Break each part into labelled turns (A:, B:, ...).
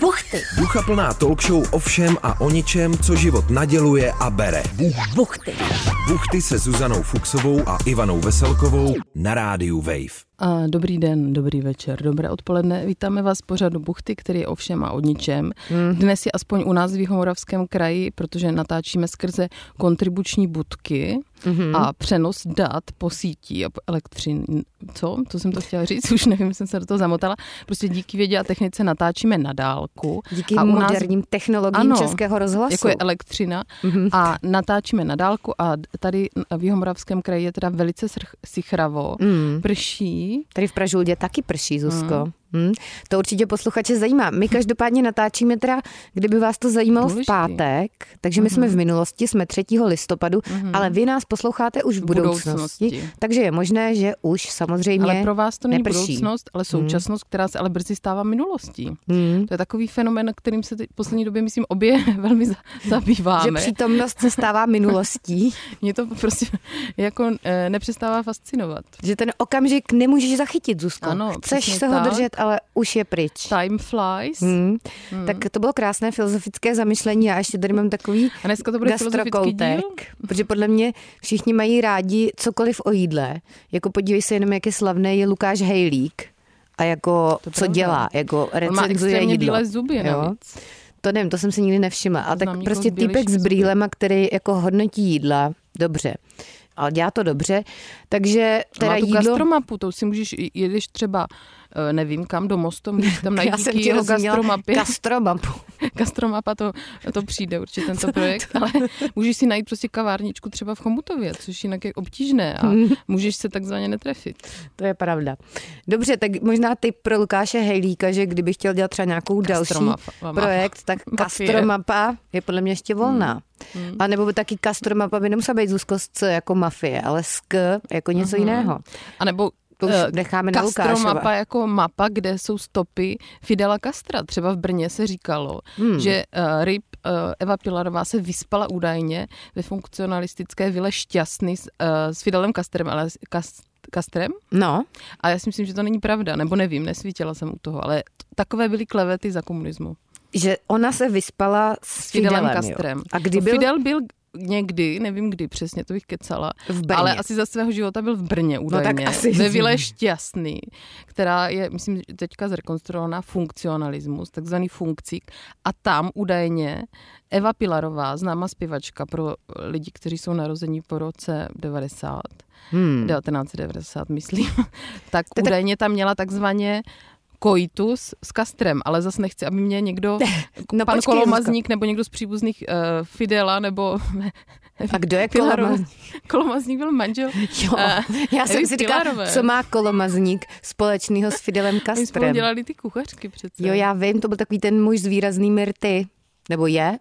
A: Buchty.
B: Ducha plná talk show o všem a o ničem, co život naděluje a bere.
A: Buchty.
B: Buchty se Zuzanou Fuxovou a Ivanou Veselkovou na rádiu Wave.
C: A dobrý den, dobrý večer, dobré odpoledne. Vítáme vás v pořadu Buchty, který je o všem a o ničem.
A: Hmm.
C: Dnes je aspoň u nás v Jihomoravském kraji, protože natáčíme skrze kontribuční budky
A: Mhm.
C: a přenos dat po síti a po elektřin. Co? To jsem to chtěla říct, už nevím, jsem se do toho zamotala. Prostě díky vědě a technice natáčíme na dálku.
A: Díky
C: a u nás
A: moderním technologiím
C: Ano,
A: Českého rozhlasu. Mhm.
C: jako je elektřina a natáčíme na dálku a tady v Jihomoravském kraji je teda velice srch- sichravo,
A: Mm.
C: prší,
A: Tady v Pražuldě taky prší, Zuzko. Hmm. To určitě posluchače zajímá. My každopádně natáčíme teda, kdyby vás to zajímalo v
C: Důležitý. Mhm.
A: pátek, takže my jsme v minulosti, jsme 3. listopadu, ale vy nás posloucháte už v budoucnosti,
C: budoucnosti.
A: takže je možné, že už samozřejmě
C: Ale pro vás to není
A: neprší. Mhm.
C: budoucnost, ale současnost, která se ale brzy stává minulostí.
A: Hmm.
C: To je takový fenomen, kterým se teď v poslední době, myslím, obě velmi za-
A: Že
C: zabýváme.
A: přítomnost se stává minulostí,
C: Mě to prostě jako eh, nepřestává fascinovat.
A: že ten okamžik nemůžeš zachytit, Zuzko.
C: Ano,
A: Chceš
C: přesně
A: se ho
C: tak.
A: držet, ale už je pryč.
C: Time flies.
A: Hmm. Tak to bylo krásné filozofické zamyšlení. Já ještě tady mám takový
C: A dneska to bude filozofický díl.
A: gastrokoutek, protože podle mě všichni mají rádi cokoliv o jídle. Jako podívej se jenom, jak je slavný je Lukáš Hejlík a jako
C: To
A: co
C: pravda.
A: dělá, jako
C: On má
A: recenzuje
C: extrémně
A: jídlo.
C: bílé zuby
A: Jo.
C: navíc.
A: To nevím, to jsem si nikdy nevšimla. A tak
C: Znám někoho
A: prostě
C: s bělejšími
A: týpek s
C: zuby.
A: brýlema, který jako hodnotí jídla, dobře. Ale dělá to dobře, takže
C: Teda
A: teda
C: má tu
A: jídlo...
C: gastromapu, to si můžeš, jedeš třeba, eh, nevím kam, do mostu, můžeš tam najít
A: Já jsem
C: díky
A: ti
C: jeho
A: rozuměla
C: gastromapě.
A: gastromapu.
C: Gastromapa, to, to přijde určitě tento projekt, ale můžeš si najít prostě kavárničku třeba v Chomutově, což jinak je obtížné a
A: Hmm.
C: můžeš se takzvaně netrefit.
A: To je pravda. Dobře, tak možná tip pro Lukáše Hejlíka, že kdyby chtěl dělat třeba nějakou další
C: Gastromapa.
A: projekt, tak
C: Mapie.
A: Gastromapa je podle mě ještě volná.
C: Hmm.
A: A nebo by taky Gastromapa by nemusela být Zuzko s C jako mafie, ale s K jako něco
C: Mhm.
A: jiného.
C: A nebo
A: To už
C: eh,
A: necháme na
C: Castromapa
A: Lukášova.
C: jako mapa, kde jsou stopy Fidela Castra. Třeba v Brně se říkalo,
A: Hmm.
C: že uh, ryb uh, Eva Pilarová se vyspala údajně ve funkcionalistické vile šťastný s, uh, s Fidelem Castrem, ale s- Cas- Castrem?
A: No,
C: A já si myslím, že to není pravda, nebo nevím, nesvítila jsem u toho, ale t- takové byly klevety za komunismu.
A: že ona se vyspala s
C: S Fidelem
A: Fidelem. jo.
C: Kastrem.
A: A kdy byl
C: Fidel byl někdy, nevím kdy přesně, to bych kecala,
A: v Brně. No
C: ale asi za svého života byl v Brně údajně.
A: asi.
C: Ve Vile Šťastný, která je, myslím, že teďka zrekonstruovaná funkcionalismus, takzvaný funkcík. A tam údajně Eva Pilarová, známá zpěvačka pro lidi, kteří jsou narození po roce 90,
A: Hmm.
C: 1990, myslím, tak
A: tak-
C: údajně tam měla takzvaně koitus s kastrem, ale zase nechci, aby mě někdo,
A: No
C: pan
A: počkej, Zuzko.
C: Kolomazník nebo někdo z příbuzných uh, Fidela nebo
A: A kdo je
C: Pilarova.
A: kolomazník?
C: Kolomazník byl manžel.
A: Jo,
C: Eh,
A: já jsem
C: Evy
A: si říkala,
C: Pilarové.
A: co má kolomazník společného s Fidelem
C: My spolu
A: Kastrem.
C: dělali ty kuchařky přece.
A: Jo, já vím, to byl takový ten muž s výraznými rty. Nebo je?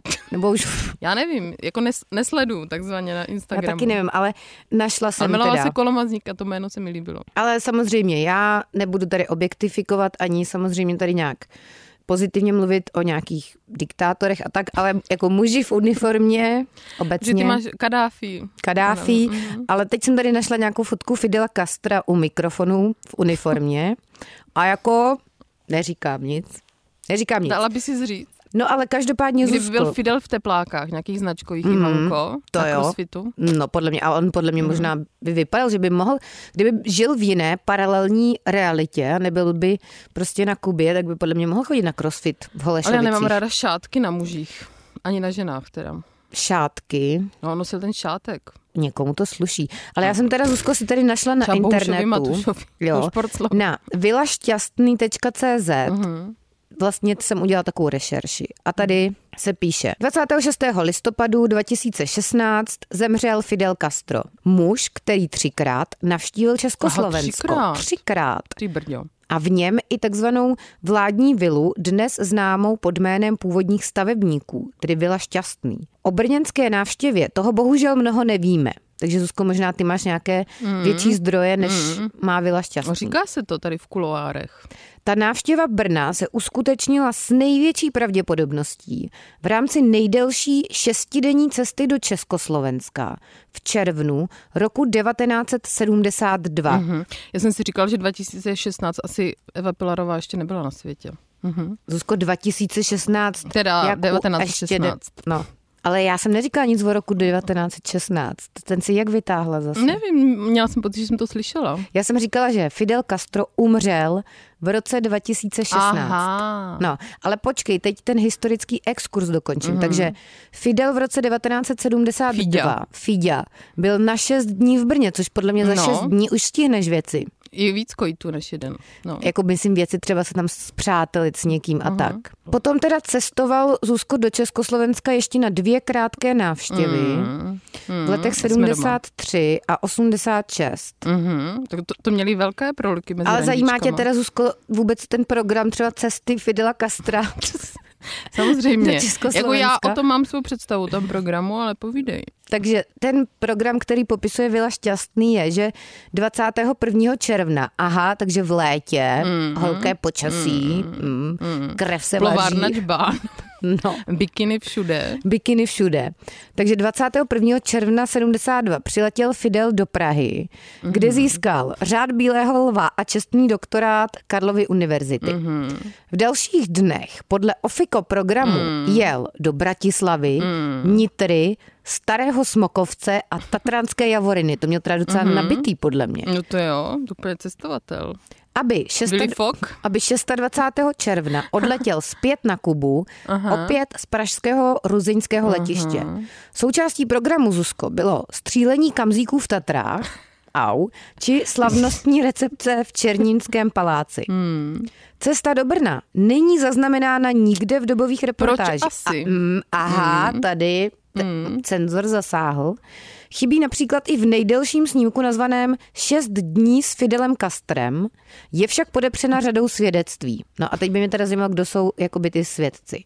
A: Nebo už
C: já nevím, jako nes, nesledu takzvaně na
A: já
C: Instagramu.
A: taky nevím, ale našla
C: Ale
A: jsem
C: milovala
A: teda.
C: se Kolomazník a to jméno se mi líbilo.
A: Ale samozřejmě já nebudu tady objektifikovat ani samozřejmě tady nějak pozitivně mluvit o nějakých diktátorech a tak, ale jako muži v uniformě
C: Že ty
A: obecně,
C: máš Kadáfi.
A: Kadáfi,
C: Mhm.
A: ale teď jsem tady našla nějakou fotku Fidela Castra u mikrofonu v uniformě a jako neříkám nic. Neříkám nic.
C: Dala by si říct,
A: No ale každopádně
C: kdyby
A: Zuzko,
C: byl Fidel v teplákách, nějakých značkových mm, Ivanko,
A: Mhm. to
C: na
A: jo.
C: crossfitu.
A: No, podle mě, a on podle
C: Mhm.
A: mě možná by vypadal, že by mohl, kdyby žil v jiné paralelní realitě a nebyl by prostě na Kubě, tak by podle mě mohl chodit na crossfit v Holešovicích.
C: Ale já nemám ráda šátky na mužích. Ani na ženách teda.
A: Šátky,
C: No, on nosil ten šátek.
A: někomu to sluší. Ale já jsem teda, Zuzko, si tady našla na
C: Třeba Bohušovi
A: internetu.
C: No. Matušovi.
A: Jo.
C: Jo. Šporclo.
A: Na vilašťastný.cz
C: Mhm.
A: vlastně jsem udělala takovou rešerši. A tady se píše, 26. listopadu 2016 zemřel Fidel Castro, muž, který třikrát navštívil Československo.
C: třikrát.
A: třikrát.
C: Ty brďo.
A: A v něm i takzvanou vládní vilu, dnes známou pod jménem původních stavebníků, tedy Vila Šťastný. O brněnské návštěvě toho bohužel mnoho nevíme. Takže Zuzko, možná ty máš nějaké větší zdroje, než má Vila Šťastný.
C: No, říká se to tady v kuloárech.
A: Ta návštěva Brna se uskutečnila s největší pravděpodobností v rámci nejdelší šestidenní cesty do Československa v červnu roku 1972.
C: Mhm. Já jsem si říkal, že 2016 asi Eva Pilarová ještě nebyla na světě.
A: Mm-hmm. Zuzko 2016.
C: Teda
A: jako
C: 1916.
A: Ještě, de- no. Ale já jsem neříkala nic o roku 1916. Ten si jak vytáhla zase?
C: Nevím, měla jsem pocit, že jsem to slyšela.
A: Já jsem říkala, že Fidel Castro umřel v roce 2016.
C: Aha.
A: No, ale počkej, teď ten historický exkurs dokončím.
C: Mhm.
A: Mm-hmm. Takže Fidel v roce 1972
C: Fidia.
A: Fidia, byl na 6 dní v Brně, což podle mě za
C: No.
A: 6 dní už stihneš věci.
C: Je víc kojitů než jeden. No.
A: Jako myslím věci třeba se tam zpřátelit s někým
C: Mhm.
A: a tak. Potom teda cestoval Zuzko do Československa ještě na dvě krátké návštěvy. V
C: Mhm.
A: letech
C: jsme doma.
A: 73 a 86.
C: Mhm, tak to, to měli velké proliky mezi
A: Ale zajímá tě
C: randičkama.
A: teda, Zuzko, vůbec ten program třeba cesty Fidela Castra? do
C: Samozřejmě. Jako
A: Československa?
C: já o tom mám svou představu, o tom programu, ale povídej.
A: Takže ten program, který popisuje Vila Šťastný, je, že 21. června, aha, takže v létě, mm-hmm. holké počasí, mm, krev se
C: Mhm. Plovárna
A: vaří,
C: džbán,
A: no,
C: bikiny všude.
A: bikiny všude. Takže 21. června 72 přiletěl Fidel do Prahy, kde získal řád Bílého lva a čestný doktorát Karlovy univerzity. V dalších dnech podle OFIKO programu jel do Bratislavy, Nitry, Starého Smokovce a Tatranské Javoriny. To měl teda docela nabitý podle mě.
C: No to jo, to bude cestovatel.
A: Aby
C: Willy
A: 6.
C: Fogg?
A: Aby 26. června odletěl zpět na Kubu, Aha. opět z pražského ruziňského letiště. Součástí programu Zuzko bylo střílení kamzíků v Tatrách, au, či slavnostní recepce v Černínském paláci. Cesta do Brna není zaznamenána nikde v dobových reportážích.
C: asi? Hmm.
A: A, mm, aha, tady t- cenzor zasáhl. Chybí například i v nejdelším snímku nazvaném Šest dní s Fidelem Kastrem. Je však podepřena řadou svědectví. No a teď by mě teda zajímalo, kdo jsou jakoby ty svědci.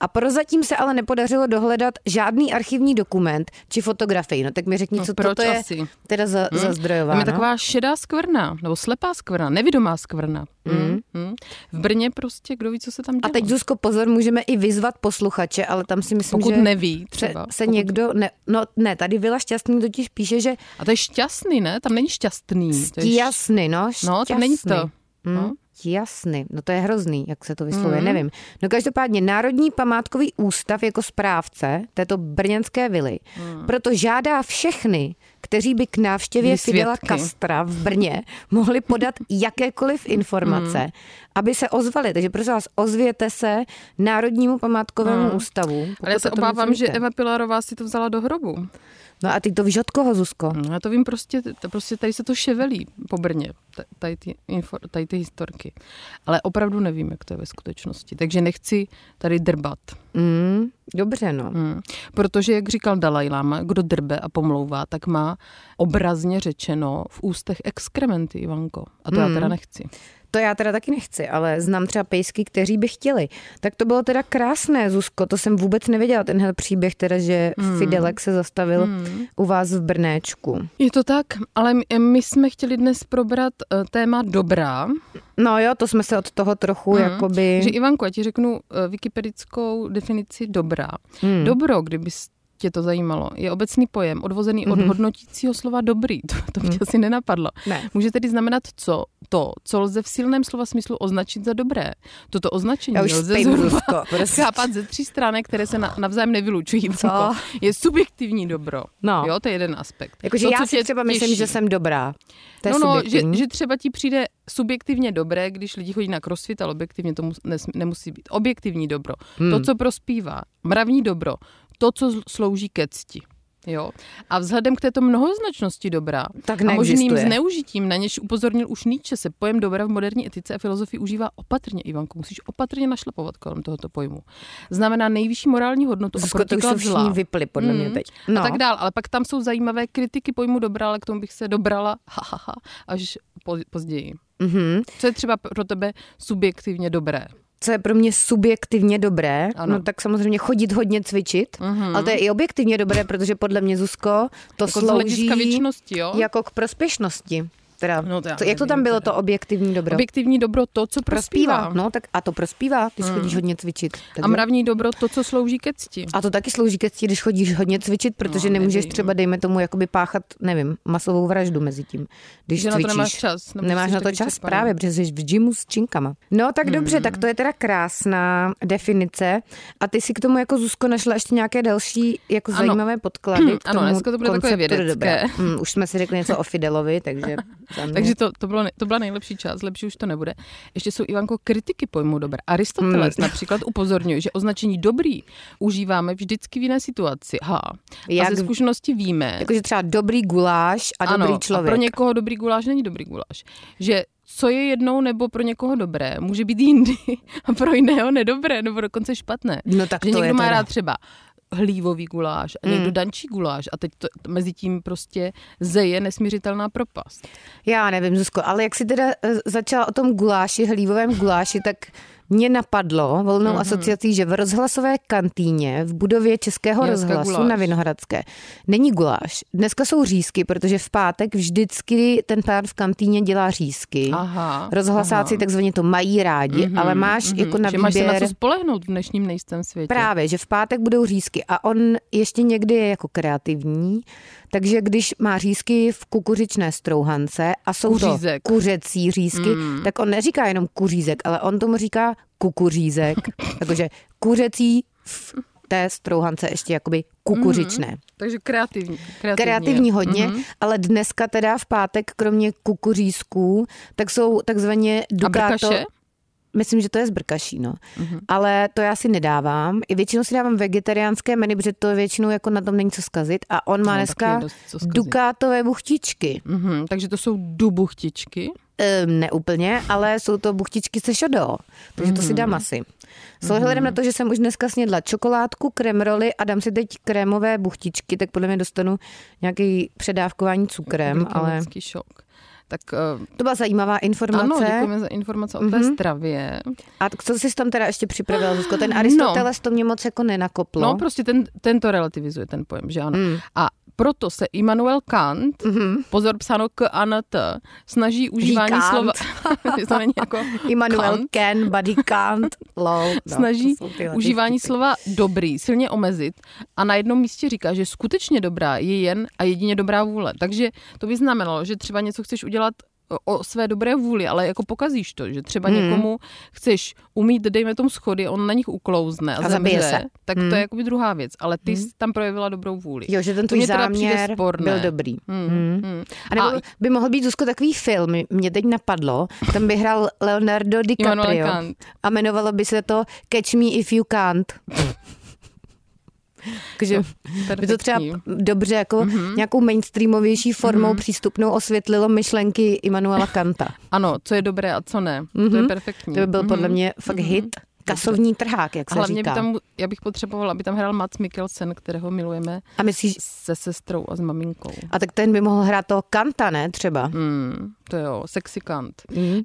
A: A prozatím se ale nepodařilo dohledat žádný archivní dokument či fotografii. No tak mi řekni, co
C: proč
A: to je
C: asi?
A: teda za, hmm. za
C: Tam Hm? je
A: zdrojováno.
C: taková šedá skvrna, nebo slepá skvrna, nevidomá skvrna. Mm. Mm. V Brně prostě, kdo ví, co se tam
A: A
C: dělo.
A: teď, Zuzko, pozor, můžeme i vyzvat posluchače, ale tam si myslím,
C: Pokud
A: že...
C: neví
A: Pře-
C: třeba.
A: se
C: pokud...
A: někdo, ne, no ne, tady Vila Šťastný totiž píše, že
C: A to je šťastný, ne? Tam není šťastný. To je šť-
A: jasný, no, šťastný.
C: No, tam není to.
A: Hmm.
C: No. Mhm.
A: Jasný, no to je hrozný, jak se to vyslovuje, nevím. No každopádně Národní památkový ústav jako správce této brněnské vily proto žádá všechny, kteří by k návštěvě
C: Mhm. Byli
A: Fidela
C: svědky.
A: Kastra v Brně mohli podat jakékoliv informace,
C: Mhm.
A: aby se ozvali. Takže prosím vás, ozvěte se Národnímu památkovému ústavu. pokud
C: Mhm. Ale já
A: o
C: se
A: tom
C: obávám,
A: něco
C: že
A: víte.
C: Eva Pilarová si to vzala do hrobu.
A: No a ty to víš od koho, Zuzko?
C: No, Já to vím prostě, to prostě tady se to ševelí po Brně, t- tady ty, info, tady ty historky. Ale opravdu nevím, jak to je ve skutečnosti. Takže nechci tady drbat.
A: Mm, dobře, no.
C: Hmm. Protože, jak říkal Dalaj Lama, kdo drbe a pomlouvá, tak má obrazně řečeno v ústech exkrementy, Ivanko. A to hmm. já teda nechci.
A: To já teda taky nechci, ale znám třeba pejsky, kteří by chtěli. Tak to bylo teda krásné, Zuzko, to jsem vůbec nevěděla, tenhle příběh, teda, že
C: Mm.
A: hmm. Fidelek se zastavil hmm. u vás v Brnéčku.
C: Je to tak, ale my- my jsme chtěli dnes probrat eh, téma dobrá,
A: No jo, to jsme se od toho trochu hmm. jakoby...
C: Mm. Že Ivanko, já ti řeknu eh, wikipedickou definici dobra. Hmm. Dobro, kdyby s- tě to zajímalo, je obecný pojem odvozený od hodnotícího slova dobrý. To, to mě asi nenapadlo.
A: Ne.
C: Může tedy znamenat co? To, co lze v silném slova smyslu označit za dobré. Toto označení
A: Já už
C: lze
A: spím,
C: zhruba
A: Zuzko, prostě.
C: chápat ze tří stránek, které se na, navzájem nevylučují. Ivanko. Je subjektivní dobro.
A: No.
C: Jo, to je jeden aspekt.
A: Jakože
C: to,
A: já
C: co
A: si
C: tě
A: třeba těší. myslím,
C: těší.
A: že jsem dobrá. To je
C: No, no, že,
A: subjektivní.
C: že třeba ti přijde subjektivně dobré, když lidi chodí na crossfit, ale objektivně to mus, nes, nemusí být. Objektivní dobro, hmm. to, co prospívá, mravní dobro, to, co zl- slouží ke cti. Jo? A vzhledem k této mnohoznačnosti dobra
A: Tak
C: a možným
A: neexistuje.
C: zneužitím, na něž upozornil už Nietzsche, se pojem dobra v moderní etice a filozofii užívá opatrně, Ivanko, musíš opatrně našlapovat kolem tohoto pojmu. Znamená nejvyšší morální hodnotu a
A: Zuzko, to už
C: protiklad
A: jsou
C: zla
A: všichni vypli, podle mě teď.
C: no. a tak dál. Ale pak tam jsou zajímavé kritiky pojmu dobra, ale k tomu bych se dobrala ha, ha, ha, až po- později.
A: Mhm.
C: Co je třeba pro tebe subjektivně dobré?
A: co je pro mě subjektivně dobré, ano.
C: Ano.
A: no tak samozřejmě chodit hodně cvičit, mm-hmm. ale to je i objektivně dobré, protože podle mě, Zuzko, to
C: Mhm. Jako z
A: slouží
C: hlediska věčnosti, jo?
A: jako k prospěšnosti. Teda,
C: No
A: no,
C: to já
A: to, jak to tam
C: nevím
A: bylo,
C: teda.
A: to objektivní dobro?
C: Objektivní dobro to, co prospívá. Mhm.
A: prospívá. No tak a to prospívá, když chodíš hodně ctvičit. Tak
C: A
A: jo.
C: mravní dobro to, co slouží ke cti.
A: A to taky slouží ke cti, když chodíš hodně cvičit, protože
C: No,
A: no, nemůžeš
C: nevím.
A: nevím. třeba, dejme tomu, jakoby páchat, nevím, masovou vraždu mezi tím, když
C: Že na to
A: cvičíš.
C: nemáš čas, nebo
A: Nemáš
C: jsi
A: na to
C: taky
A: čas
C: čerpaný.
A: právě, protože jsi v gymu s činkama. No tak dobře, tak to je teda krásná definice. A ty si k tomu jako Zuzko našla ještě nějaké další jako
C: Ano.
A: zajímavé podklady. K
C: Ano,
A: tomu
C: dneska to bude takové
A: konceptu
C: vědecké.
A: dobra. Mm, už jsme si řekli něco o Fidelovi, takže... za mě-
C: Takže to, to, bylo, ne- to byla nejlepší část, lepší už to nebude. Ještě jsou, Ivanko, kritiky pojmu dobra.
A: Hmm.
C: Aristoteles například upozorňuje, že označení dobrý užíváme vždycky v jiné situaci. Ha. A
A: Jak-
C: ze zkušenosti víme,
A: Jakože třeba dobrý guláš a
C: ano,
A: dobrý člověk.
C: A pro někoho dobrý guláš není dobrý guláš. Že co je jednou nebo pro někoho dobré, může být jindy a pro jiného nedobré nebo dokonce špatné.
A: No tak
C: že
A: to
C: někdo
A: je
C: má
A: teda. Hmm.
C: rád třeba hlívový guláš a někdo dančí guláš a teď to, to mezi tím prostě zeje nesměřitelná propast.
A: Já nevím, Zuzko, ale jak jsi teda eh, začala o tom guláši, hlívovém guláši, tak mě napadlo volnou
C: Mhm.
A: asociací, že v rozhlasové kantýně v budově Českého
C: Je dneska
A: rozhlasu
C: guláš.
A: na Vinohradské není guláš. Dneska jsou řízky, protože v pátek vždycky ten pán v kantýně dělá řízky.
C: Aha,
A: Rozhlasáci
C: aha. Mhm,
A: takzvaně to mají rádi, ale máš jako na
C: že
A: výběr...
C: máš se na co spolehnout v dnešním nejistém světě.
A: Právě, že v pátek budou řízky a on ještě někdy je jako kreativní, takže když má řízky v kukuřičné strouhance a jsou
C: Kuřízek. Hmm.
A: to kuřecí řízky, mm. tak on neříká jenom kuřízek, ale on tomu říká kukuřízek, takže kuřecí v té strouhance ještě jakoby kukuřičné.
C: Takže kreativní. Hmm. Kreativní, Mhm. Hmm.
A: Kreativní
C: je.
A: hodně, mm-hmm. ale dneska teda v pátek kromě kukuřízků, tak jsou takzvaně
C: A
A: dukáto...
C: brkaše? No,
A: Myslím, že to je z brkaší, no.
C: Mhm.
A: Mm-hmm. Ale to já si nedávám. I většinou si dávám vegetariánské menu, protože to většinou jako na tom není co zkazit. A on má
C: No, taky
A: no, dneska
C: je dost co zkazit.
A: dukátové buchtičky.
C: Mhm, takže to jsou dubuchtičky.
A: Ehm, ne úplně, ale jsou to buchtičky se šodo. Takže to si dám
C: Mhm.
A: asi. S ohledem na to, že jsem už dneska snědla čokoládku, kremroly a dám si teď krémové buchtičky, tak podle mě dostanu nějaký předávkování cukrem, No, ale
C: Glykemický šok. Tak eh,
A: to byla zajímavá
C: ano,
A: informace.
C: děkujeme za informace o té
A: Mhm.
C: stravě.
A: a co jsi tam teda ještě připravila, Zuzko? Ten Aristoteles to mě moc jako nenakoplo.
C: No, prostě ten, ten to relativizuje ten pojem, že ano.
A: Mm.
C: A proto se Immanuel Kant,
A: Mhm.
C: pozor psáno k a n t, snaží užívání
A: Kant.
C: slova... to není jako
A: Immanuel
C: Kant.
A: Ken, Buddy Kant, lol. No,
C: snaží
A: to jsou tyhle ty
C: užívání
A: vtipy.
C: slova dobrý silně omezit a na jednom místě říká, že skutečně dobrá je jen a jedině dobrá vůle. Takže to by znamenalo, že třeba něco chceš udělat o své dobré vůli, ale jako pokazíš to, že třeba hmm. někomu chceš umít, dejme tomu schody, on na nich uklouzne a,
A: A zabije
C: zemře,
A: se. Hmm.
C: tak to je jakoby druhá věc, ale ty jsi tam projevila dobrou vůli.
A: Jo, že ten
C: To
A: tvůj
C: mě teda přijde
A: záměr
C: sporné.
A: byl dobrý.
C: Hmm. Hmm.
A: A nebo
C: A-
A: by mohl být Zuzko takový film, mě teď napadlo, tam by hrál Leonardo DiCaprio
C: Kant.
A: a jmenovalo by se to Catch me if you can't. Takže by to třeba
C: perfektní.
A: dobře jako nějakou mainstreamovější formou přístupnou osvětlilo myšlenky Immanuela Kanta.
C: Ano, co je dobré a co ne. Mm-hmm. To je perfektní.
A: To by byl podle
C: Mhm.
A: mě fakt hit, kasovní trhák, jak
C: A
A: se
C: hlavně by
A: říká.
C: tam, já bych potřebovala, aby tam hrál Mats Mikkelsen, kterého milujeme
A: A myslíš,
C: se sestrou a s maminkou.
A: A tak ten by mohl hrát toho Kanta, ne třeba?
C: Hmm, to jo, sexikant.
A: Mm.
C: Hmm.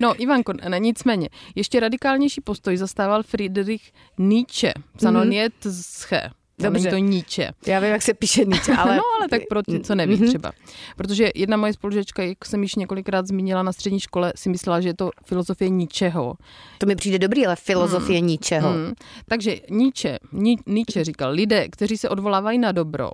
C: No, Ivanko, ne, nicméně, ještě radikálnější postoj zastával Friedrich Nietzsche. Psano mm. Nietzsche. To
A: Dobře.
C: není to Nietzsche.
A: Já vím, jak se píše Nietzsche, ale...
C: no, ale Mhm. tak pro ty, co neví třeba. Protože jedna moje spolužečka, jak jsem již několikrát zmínila na střední škole, si myslela, že je to filozofie ničeho.
A: To mi přijde dobrý, ale filozofie mm. ničeho. Mm.
C: Mm. Takže Nietzsche, Ni- Nietzsche říkal, lidé, kteří se odvolávají na dobro,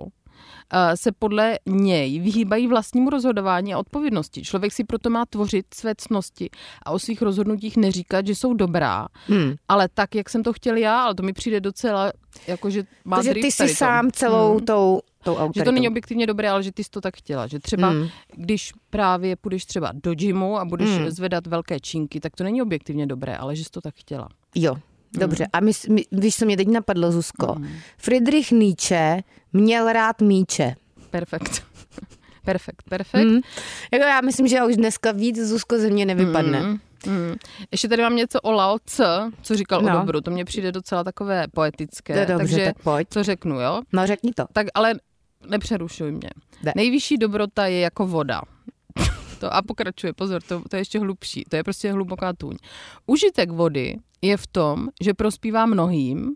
C: eh, se podle něj vyhýbají vlastnímu rozhodování a odpovědnosti. Člověk si proto má tvořit své cnosti a o svých rozhodnutích neříkat, že jsou dobrá,
A: Hmm.
C: ale tak, jak jsem to chtěl já, ale to mi přijde docela, jakože má
A: Takže
C: drift
A: ty
C: tady
A: jsi
C: to.
A: sám celou mm. tou, tou
C: Že
A: autoritou.
C: to není objektivně dobré, ale že ty jsi to tak chtěla. Že třeba, hmm. když právě půjdeš třeba do gymu a budeš hmm. zvedat velké činky, tak to není objektivně dobré, ale že jsi to tak chtěla.
A: Jo,
C: Hmm.
A: dobře. A mys, my, víš, co mě teď napadlo, Zuzko? Mm. Friedrich Nietzsche měl rád míče.
C: Perfekt. Perfekt, perfekt.
A: Mm. Jako já myslím, že já už dneska víc Zuzko ze mě nevypadne. Mm.
C: Mm. Ještě tady mám něco o Lao Tse, co říkal no. o
A: No.
C: dobru. To mně přijde docela takové poetické.
A: To je dobře,
C: takže
A: tak pojď.
C: co řeknu, jo?
A: No řekni to.
C: Tak ale nepřerušuj mě.
A: Ne.
C: Nejvyšší dobrota je jako voda. To a pokračuje, pozor, to, to je ještě hlubší. To je prostě hluboká tůň. Užitek vody je v tom, že prospívá mnohým,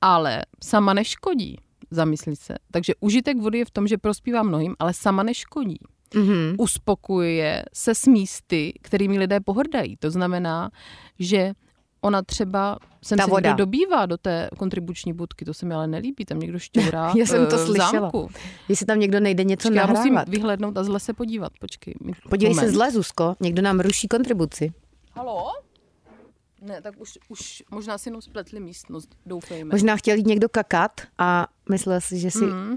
C: ale sama neškodí. Zamysli se. Takže užitek vody je v tom, že prospívá mnohým, ale sama neškodí. mm-hmm. uspokojuje se s místy, kterými lidé pohrdají. To znamená, že ona třeba sem
A: Ta
C: se
A: voda.
C: někdo dobývá do té kontribuční budky, to se mi ale nelíbí, tam někdo šťourá
A: Já jsem to
C: eh, v
A: slyšela.
C: zámku.
A: Jestli tam někdo nejde něco
C: Počkej, já musím
A: nahrávat.
C: vyhlédnout a zle se podívat, počkej. mi-
A: Podívej
C: moment.
A: se zle, Zuzko, někdo nám ruší kontribuci.
C: Halo? Ne, tak už, už možná si jenom spletli místnost, doufejme.
A: Možná chtěl jít někdo kakat a myslel si, že si... Mm.
C: Mhm.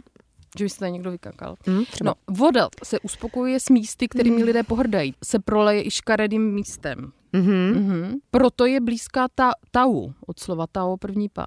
C: Že by se tady někdo vykakal.
A: Hm, třeba.
C: Hmm. No,
A: Mm.
C: voda se uspokojuje s místy, kterými lidé pohrdají. Se proleje i škaredým místem.
A: Mm-hmm.
C: Mhm. Proto je blízká ta, tau, od slova tao první pád.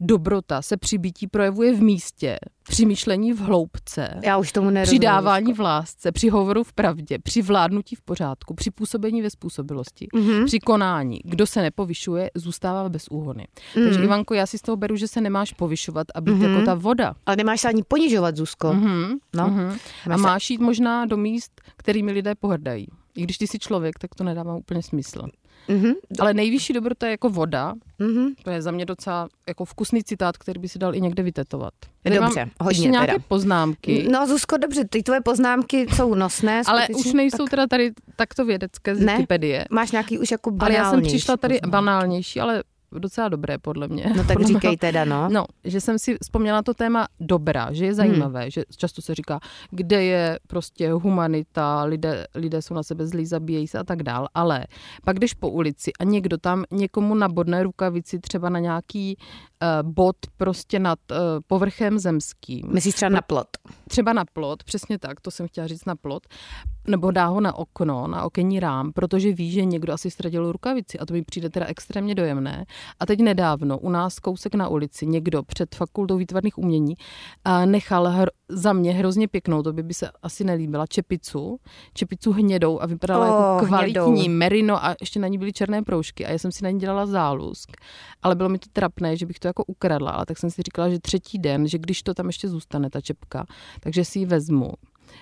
C: Dobrota se při bytí projevuje v místě, při myšlení v hloubce,
A: Já už tomu nerozumím.
C: při dávání v lásce, při hovoru v pravdě, při vládnutí v pořádku, při působení ve způsobilosti,
A: Mhm.
C: při konání. Kdo se nepovyšuje, zůstává bez úhony.
A: Mm-hmm.
C: Takže Ivanko, já si z toho beru, že se nemáš povyšovat a být jako ta voda.
A: Ale nemáš se ani ponižovat, Zuzko. Mm.
C: Mhm,
A: Mm-hmm. No.
C: mhm. A
A: se-
C: máš jít možná do míst, kterými lidé pohrdají. I když ty jsi člověk, tak to nedává úplně smysl.
A: Mhm.
C: Ale nejvyšší dobrota je jako voda.
A: Mhm.
C: To je za mě docela jako vkusný citát, který by si dal i někde vytetovat.
A: Dobře,
C: mám
A: hodně
C: ještě nějaké
A: teda.
C: poznámky,
A: No Zuzko, dobře, ty tvoje poznámky jsou nosné.
C: ale
A: skutečně.
C: už nejsou teda tady takto vědecké z
A: Ne,
C: Wikipedie.
A: Máš nějaký už jako
C: Ale
A: banální.
C: já jsem přišla tady banálnější, ale docela dobré podle mě.
A: No tak
C: Podle mého-
A: říkej teda, no.
C: No, že jsem si vzpomněla to téma dobra, že je zajímavé, hmm. že často se říká, kde je prostě humanita, lidé, lidé jsou na sebe zlí, zabíjejí se a tak dál, ale pak jdeš po ulici a někdo tam někomu nabodne rukavici třeba na nějaký uh, bod prostě nad uh, povrchem zemským,
A: Myslíš třeba na plot.
C: třeba na plot, přesně tak, to jsem chtěla říct na plot, nebo dá ho na okno, na okenní rám, protože ví, že někdo asi ztratil rukavici a to mi přijde teda extrémně dojemné. A teď nedávno u nás kousek na ulici někdo před fakultou výtvarných umění a nechal hr- za mě hrozně pěknou, to by, by se asi nelíbila, čepicu, čepicu hnědou a vypadala
A: Oh,
C: jako kvalitní
A: hnědou.
C: merino a ještě na ní byly černé proužky a já jsem si na ní dělala zálusk, ale bylo mi to trapné, že bych to jako ukradla, ale tak jsem si říkala, že třetí den, že když to tam ještě zůstane, ta čepka, takže si ji vezmu.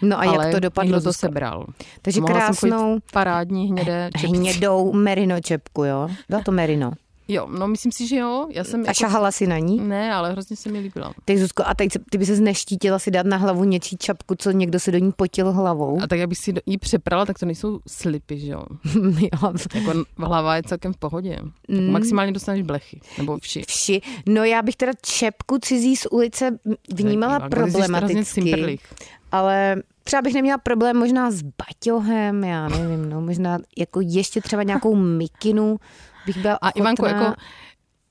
A: No a
C: ale
A: jak to dopadlo,
C: někdo to
A: Zuzko?
C: sebral.
A: Takže
C: Mohla jsem chodit
A: krásnou Eh,
C: v parádní hnědé čepce.
A: hnědou merino čepku, jo? Byla to merino.
C: Jo, no myslím si, že jo. Já jsem
A: A
C: jako...
A: šahala si na ní?
C: Ne, ale hrozně se mi líbila.
A: Ty, Zuzko, a teď se- ty by se neštítila si dát na hlavu něčí čapku, co někdo se do ní potil hlavou?
C: A tak, abych si do- ji přeprala, tak to nejsou slipy, že jo.
A: jo,
C: Jako n- hlava je celkem v pohodě. Tak
A: Mm.
C: maximálně dostaneš blechy, nebo vši.
A: vši. No já bych teda čepku cizí z ulice vnímala
C: Zajímavá. Ty jsi hrozně
A: problematicky,
C: cimprlich.
A: ale třeba bych neměla problém možná s baťohem, já nevím, no možná jako ještě třeba nějakou mikinu bych byla
C: A Ivanko,
A: ochotná,
C: jako-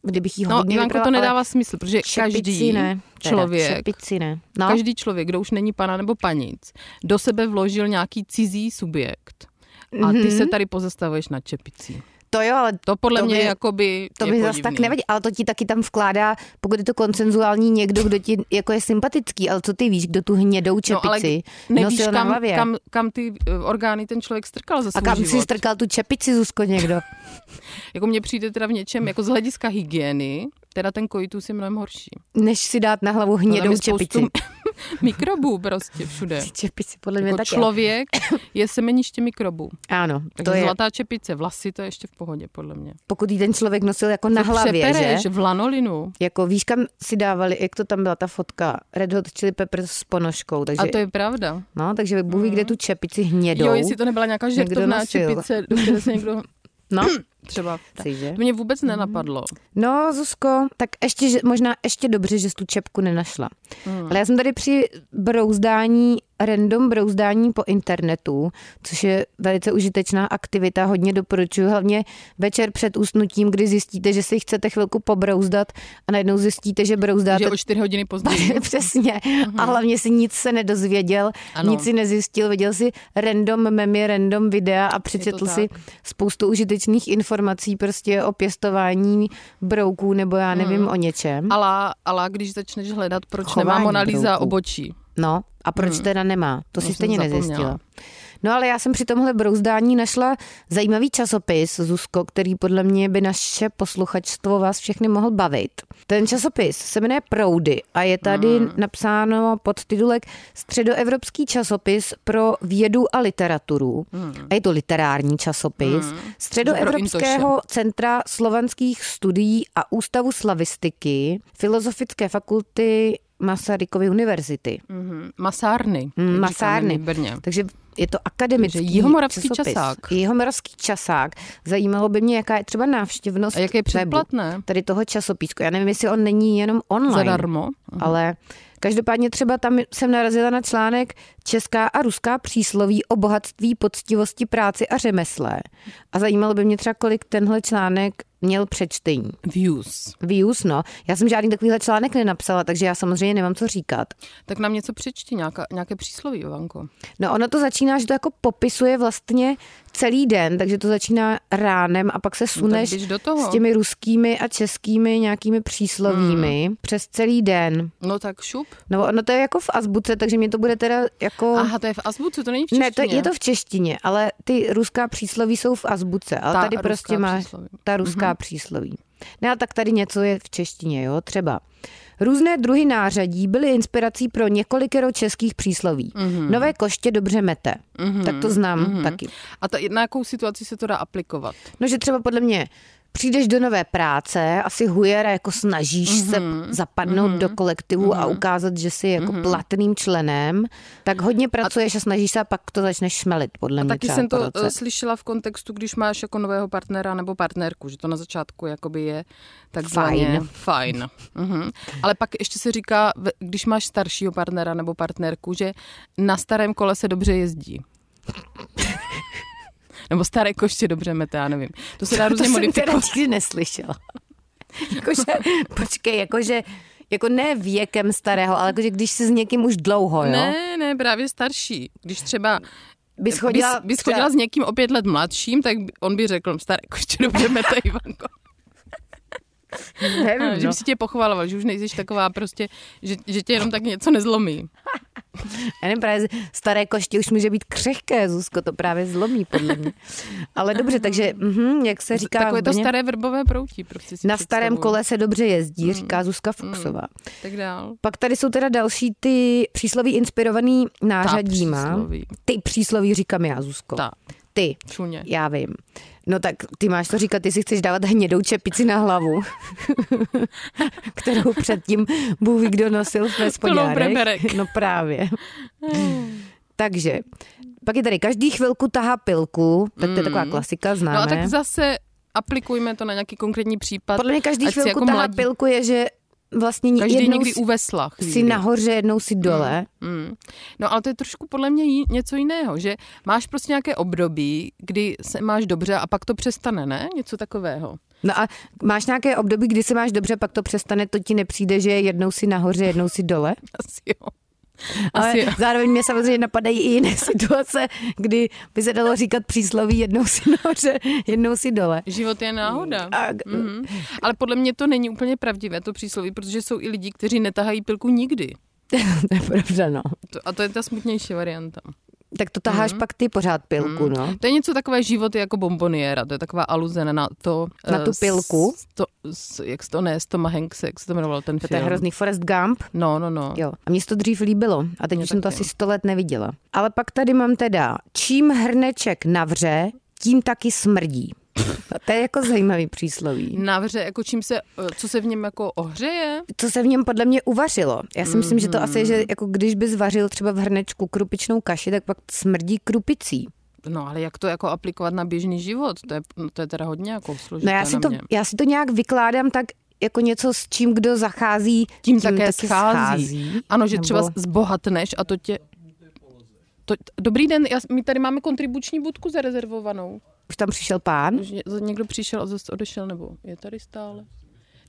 A: kdybych jí
C: No,
A: hodně
C: Ivanko,
A: vybrala,
C: to
A: ale
C: nedává smysl, protože
A: šepici
C: každý
A: ne, teda,
C: člověk,
A: Šepici ne. No,
C: každý člověk, kdo už není pana nebo panic, do sebe vložil nějaký cizí subjekt. A ty se tady pozastavuješ na čepicí.
A: to jo, ale
C: To podle
A: Mhm. To
C: mě
A: by-
C: jakoby
A: To
C: je
A: by zase
C: podivný.
A: tak nevadí, ale to ti taky tam vkládá, pokud je to koncenzuální někdo, kdo ti jako je sympatický, ale co ty víš, kdo tu hnědou čepici
C: no, ale nevíš,
A: nosil na
C: kam,
A: hlavě.
C: kam, kam ty eh, orgány ten člověk strkal za svůj
A: a kam
C: život.
A: si strkal tu čepici, Zuzko, někdo?
C: Jako mně přijde teda v něčem, jako z hlediska hygieny, teda ten koitus je mnohem horší.
A: Než si dát na hlavu hnědou
C: No, je
A: čepici.
C: mikrobů prostě všude.
A: Čepici, podle mě
C: Jako
A: taky.
C: člověk je semeniště mikrobů.
A: Ano,
C: Takže
A: to je,
C: zlatá čepice, vlasy, to je ještě v pohodě, podle mě.
A: pokud jí ten člověk nosil jako na
C: To
A: hlavě,
C: přepereš
A: že?
C: v lanolinu.
A: Jako víš, kam si dávali, jak to tam byla ta fotka, Red Hot Chili Peppers s ponožkou, takže,
C: A to je pravda.
A: no, takže Bůh ví, kde tu čepici hnědou.
C: Jo, jestli to nebyla nějaká
A: Někdo
C: žertovná
A: nosil.
C: čepice, do které se někdo
A: No,
C: třeba...
A: Chci,
C: To mě vůbec
A: Mhm.
C: nenapadlo.
A: No, Zuzko, tak ještě, že- možná ještě dobře, že jsi tu čepku nenašla. Ale já jsem tady při brouzdání, random brouzdání po internetu, což je velice užitečná aktivita, hodně doporučuji, hlavně večer před usnutím, kdy zjistíte, že si chcete chvilku pobrouzdat a najednou zjistíte, že brouzdáte
C: Že o čtyři hodiny později.
A: Přesně. A hlavně si nic se nedozvěděl, ano.
C: Ano.
A: nic si nezjistil, viděl si random memy, random videa a přečetl si spoustu užitečných informací prostě o pěstování brouků nebo já nevím hmm. o něčem.
C: Ala, ala když začneš hledat, proč
A: Chování
C: nemá Mona Lisa
A: brouků.
C: obočí.
A: No a proč hmm. teda nemá? To si
C: jsem
A: stejně
C: zapomněla.
A: nezjistila. No ale já jsem při tomhle brouzdání našla zajímavý časopis, Zuzko, který podle mě by naše posluchačstvo vás všechny mohl bavit. Ten časopis se jmenuje Proudy a je tady hmm. napsáno pod titulek Středoevropský časopis pro vědu a literaturu. Hmm. A je to literární časopis. Hmm. Středoevropského Centra slovanských studií a Ústavu slavistiky Filozofické fakulty Masarykovy univerzity.
C: Mm-hmm. Masárny. jak
A: Mm,
C: říkáme
A: masárny.
C: my v Brně.
A: Takže je to akademický
C: Takže jihomoravský
A: časopis.
C: časák.
A: Jihomoravský časák. Zajímalo by mě, jaká je třeba návštěvnost
C: A jak je
A: webu
C: předplatné?
A: tady toho časopíčku. Já nevím, jestli on není jenom online. Mhm.
C: Zadarmo.
A: Ale každopádně třeba tam jsem narazila na článek Česká a ruská přísloví o bohatství, poctivosti, práci a řemesle. A zajímalo by mě třeba, kolik tenhle článek měl přečtení.
C: Views.
A: Views, no. Já jsem žádný takovýhle článek nenapsala, takže já samozřejmě nemám co říkat.
C: Tak nám něco přečti, nějaká, nějaké přísloví, Ivanko.
A: No ono to začíná, že to jako popisuje vlastně celý den, takže to začíná ránem a pak se suneš
C: jdeš No, do toho.
A: s těmi ruskými a českými nějakými příslovími
C: Hmm.
A: přes celý den.
C: No tak šup.
A: No ono to je jako v azbuce, takže mě to bude teda jako...
C: Aha, to je v Azbuce, to není v češtině.
A: ne, to, je to v češtině, ale ty ruská přísloví jsou v azbuce, ale
C: Ta
A: tady
C: ruská
A: prostě máš
C: přísloví. Mhm.
A: ta ruská mm-hmm. přísloví. Ne, a tak tady něco je v češtině, jo, třeba. Různé druhy nářadí byly inspirací pro několikero českých přísloví. Mm-hmm.
C: Mhm.
A: Nové koště dobře mete. Mm-hmm. Tak to znám mm-hmm. taky.
C: A ta, na jakou situaci se to dá aplikovat?
A: No, že třeba podle mě přijdeš do nové práce, asi hujera, jako snažíš
C: Mhm.
A: mm-hmm. se zapadnout mm-hmm. do kolektivu mm-hmm. a ukázat, že jsi jako mm-hmm. platným členem, tak hodně pracuješ a, snažíš se a pak to začneš šmelit, podle mě
C: Taky
A: třeba
C: jsem
A: po
C: to
A: roce.
C: eh, slyšela v kontextu, když máš jako nového partnera nebo partnerku, že to na začátku jakoby je takzvaně
A: Fajn.
C: fajn. Mhm. Ale pak ještě se říká, ve- když máš staršího partnera nebo partnerku, že na starém kole se dobře jezdí. nebo staré koště dobře mete, já nevím. To se dá
A: to
C: různě
A: jsem teda
C: modifikovat.
A: nikdy neslyšela. jakože, počkej, jakože, jako ne věkem starého, ale jakože když jsi s někým už dlouho, jo?
C: Ne, ne, právě starší. Když třeba
A: Bys chodila,
C: bys, bys chodila s někým o pět let mladším, tak by- on by řekl, staré koště dobře mete, Ivanko.
A: třeba, nevím,
C: Že
A: no.
C: by si tě pochvaloval, že už nejsiš taková prostě, že, že tě jenom tak něco nezlomí.
A: Já nevím, právě staré koště už může být křehké, Zuzko, to právě zlomí podle mě. Ale dobře, takže, mhm, jak se říká
C: Takové
A: v
C: to
A: Brně,
C: staré vrbové proutí. Prostě si
A: na starém
C: představuju. Mhm.
A: kole se dobře jezdí, říká Zuzka Fuchsová.
C: Tak dál.
A: Pak tady jsou teda další ty přísloví inspirovaný nářadíma.
C: přísloví.
A: Ty přísloví říkám já, Zuzko.
C: Ta.
A: Ty.
C: Čuně.
A: Já vím. No tak ty máš to říkat, ty si chceš dávat hnědou čepici na hlavu, kterou předtím Bůh ví, kdo nosil ve spodňárech.
C: breberek.
A: No právě. Takže, pak je tady každý chvilku tahá pilku, tak to je taková klasika,
C: No a
A: známe.
C: tak zase aplikujme to na nějaký konkrétní případ.
A: Podle mě každý
C: ať si
A: chvilku
C: jako
A: tahá
C: mladí-
A: pilku je, že vlastně ni-
C: Každý
A: jednou
C: někdy
A: si,
C: u vesla chvíli.
A: si nahoře, jednou si dole.
C: Mm. No ale to je trošku podle mě jí- něco jiného, že máš prostě nějaké období, kdy se máš dobře a pak to přestane, ne? Něco takového.
A: No a máš nějaké období, kdy se máš dobře, pak to přestane, to ti nepřijde, že jednou si nahoře, jednou si dole?
C: Asi jo.
A: Ale
C: Asi jo.
A: zároveň mě samozřejmě napadají i jiné situace, kdy by se dalo říkat přísloví jednou si nahoře, jednou si dole.
C: Život je náhoda.
A: A,
C: Mhm. Ale podle mě to není úplně pravdivé, to přísloví, protože jsou i lidi, kteří netahají pilku nikdy.
A: to je pravda, no.
C: To, a to je ta smutnější varianta.
A: Tak to taháš
C: Hmm.
A: pak ty pořád pilku, no.
C: To je něco takové život jako bomboniéra, to je taková aluze na to...
A: Na
C: eh,
A: tu pilku?
C: s- To, s, jak se to, ne, s Toma Hanks, jak se to jmenoval ten
A: To je
C: film.
A: hrozný Forrest Gump.
C: No, no, no.
A: Jo. A mně se to dřív líbilo. A teď
C: Mně
A: už jsem to
C: taky. no.
A: asi sto let neviděla. Ale pak tady mám teda, čím hrneček navře, tím taky smrdí. A to je jako zajímavý přísloví.
C: Navře, jako čím se, eh, co se v něm jako ohřeje.
A: co se v něm podle mě uvařilo. Já si myslím, že to asi je,
C: Mm.
A: že jako když by zvařil třeba v hrnečku krupičnou kaši, tak pak smrdí krupicí.
C: No, ale jak to jako aplikovat na běžný život? To je, no, to je teda hodně jako složité
A: No já si,
C: na
A: to,
C: mě.
A: já si to nějak vykládám tak jako něco, s čím kdo zachází,
C: tím také schází. Ano, že
A: Nebo-
C: třeba zbohatneš a to tě... To, dobrý den, já, my tady máme kontribuční budku zarezervovanou.
A: Už tam přišel pán.
C: Už ně- někdo přišel a zase odešel, nebo je tady stále?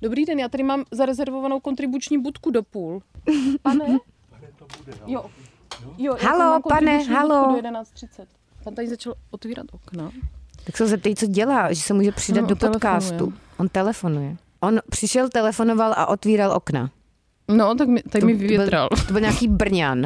C: Dobrý den, já tady mám zarezervovanou kontribuční budku do půl. Pane? Pane, to bude. Jo. jo já
A: Halo,
C: tady mám
A: pane,
C: kontribuční budku
A: halo.
C: Do 11.30. Pan tady začal otvírat okna.
A: Tak se ho zeptej, co dělá, že se může přidat
C: No,
A: do
C: telefonuje.
A: podcastu. On telefonuje. On přišel, telefonoval a otvíral okna.
C: No, tak mi, tak
A: To-
C: mi
A: to byl-
C: vyvětral.
A: To byl nějaký brňan.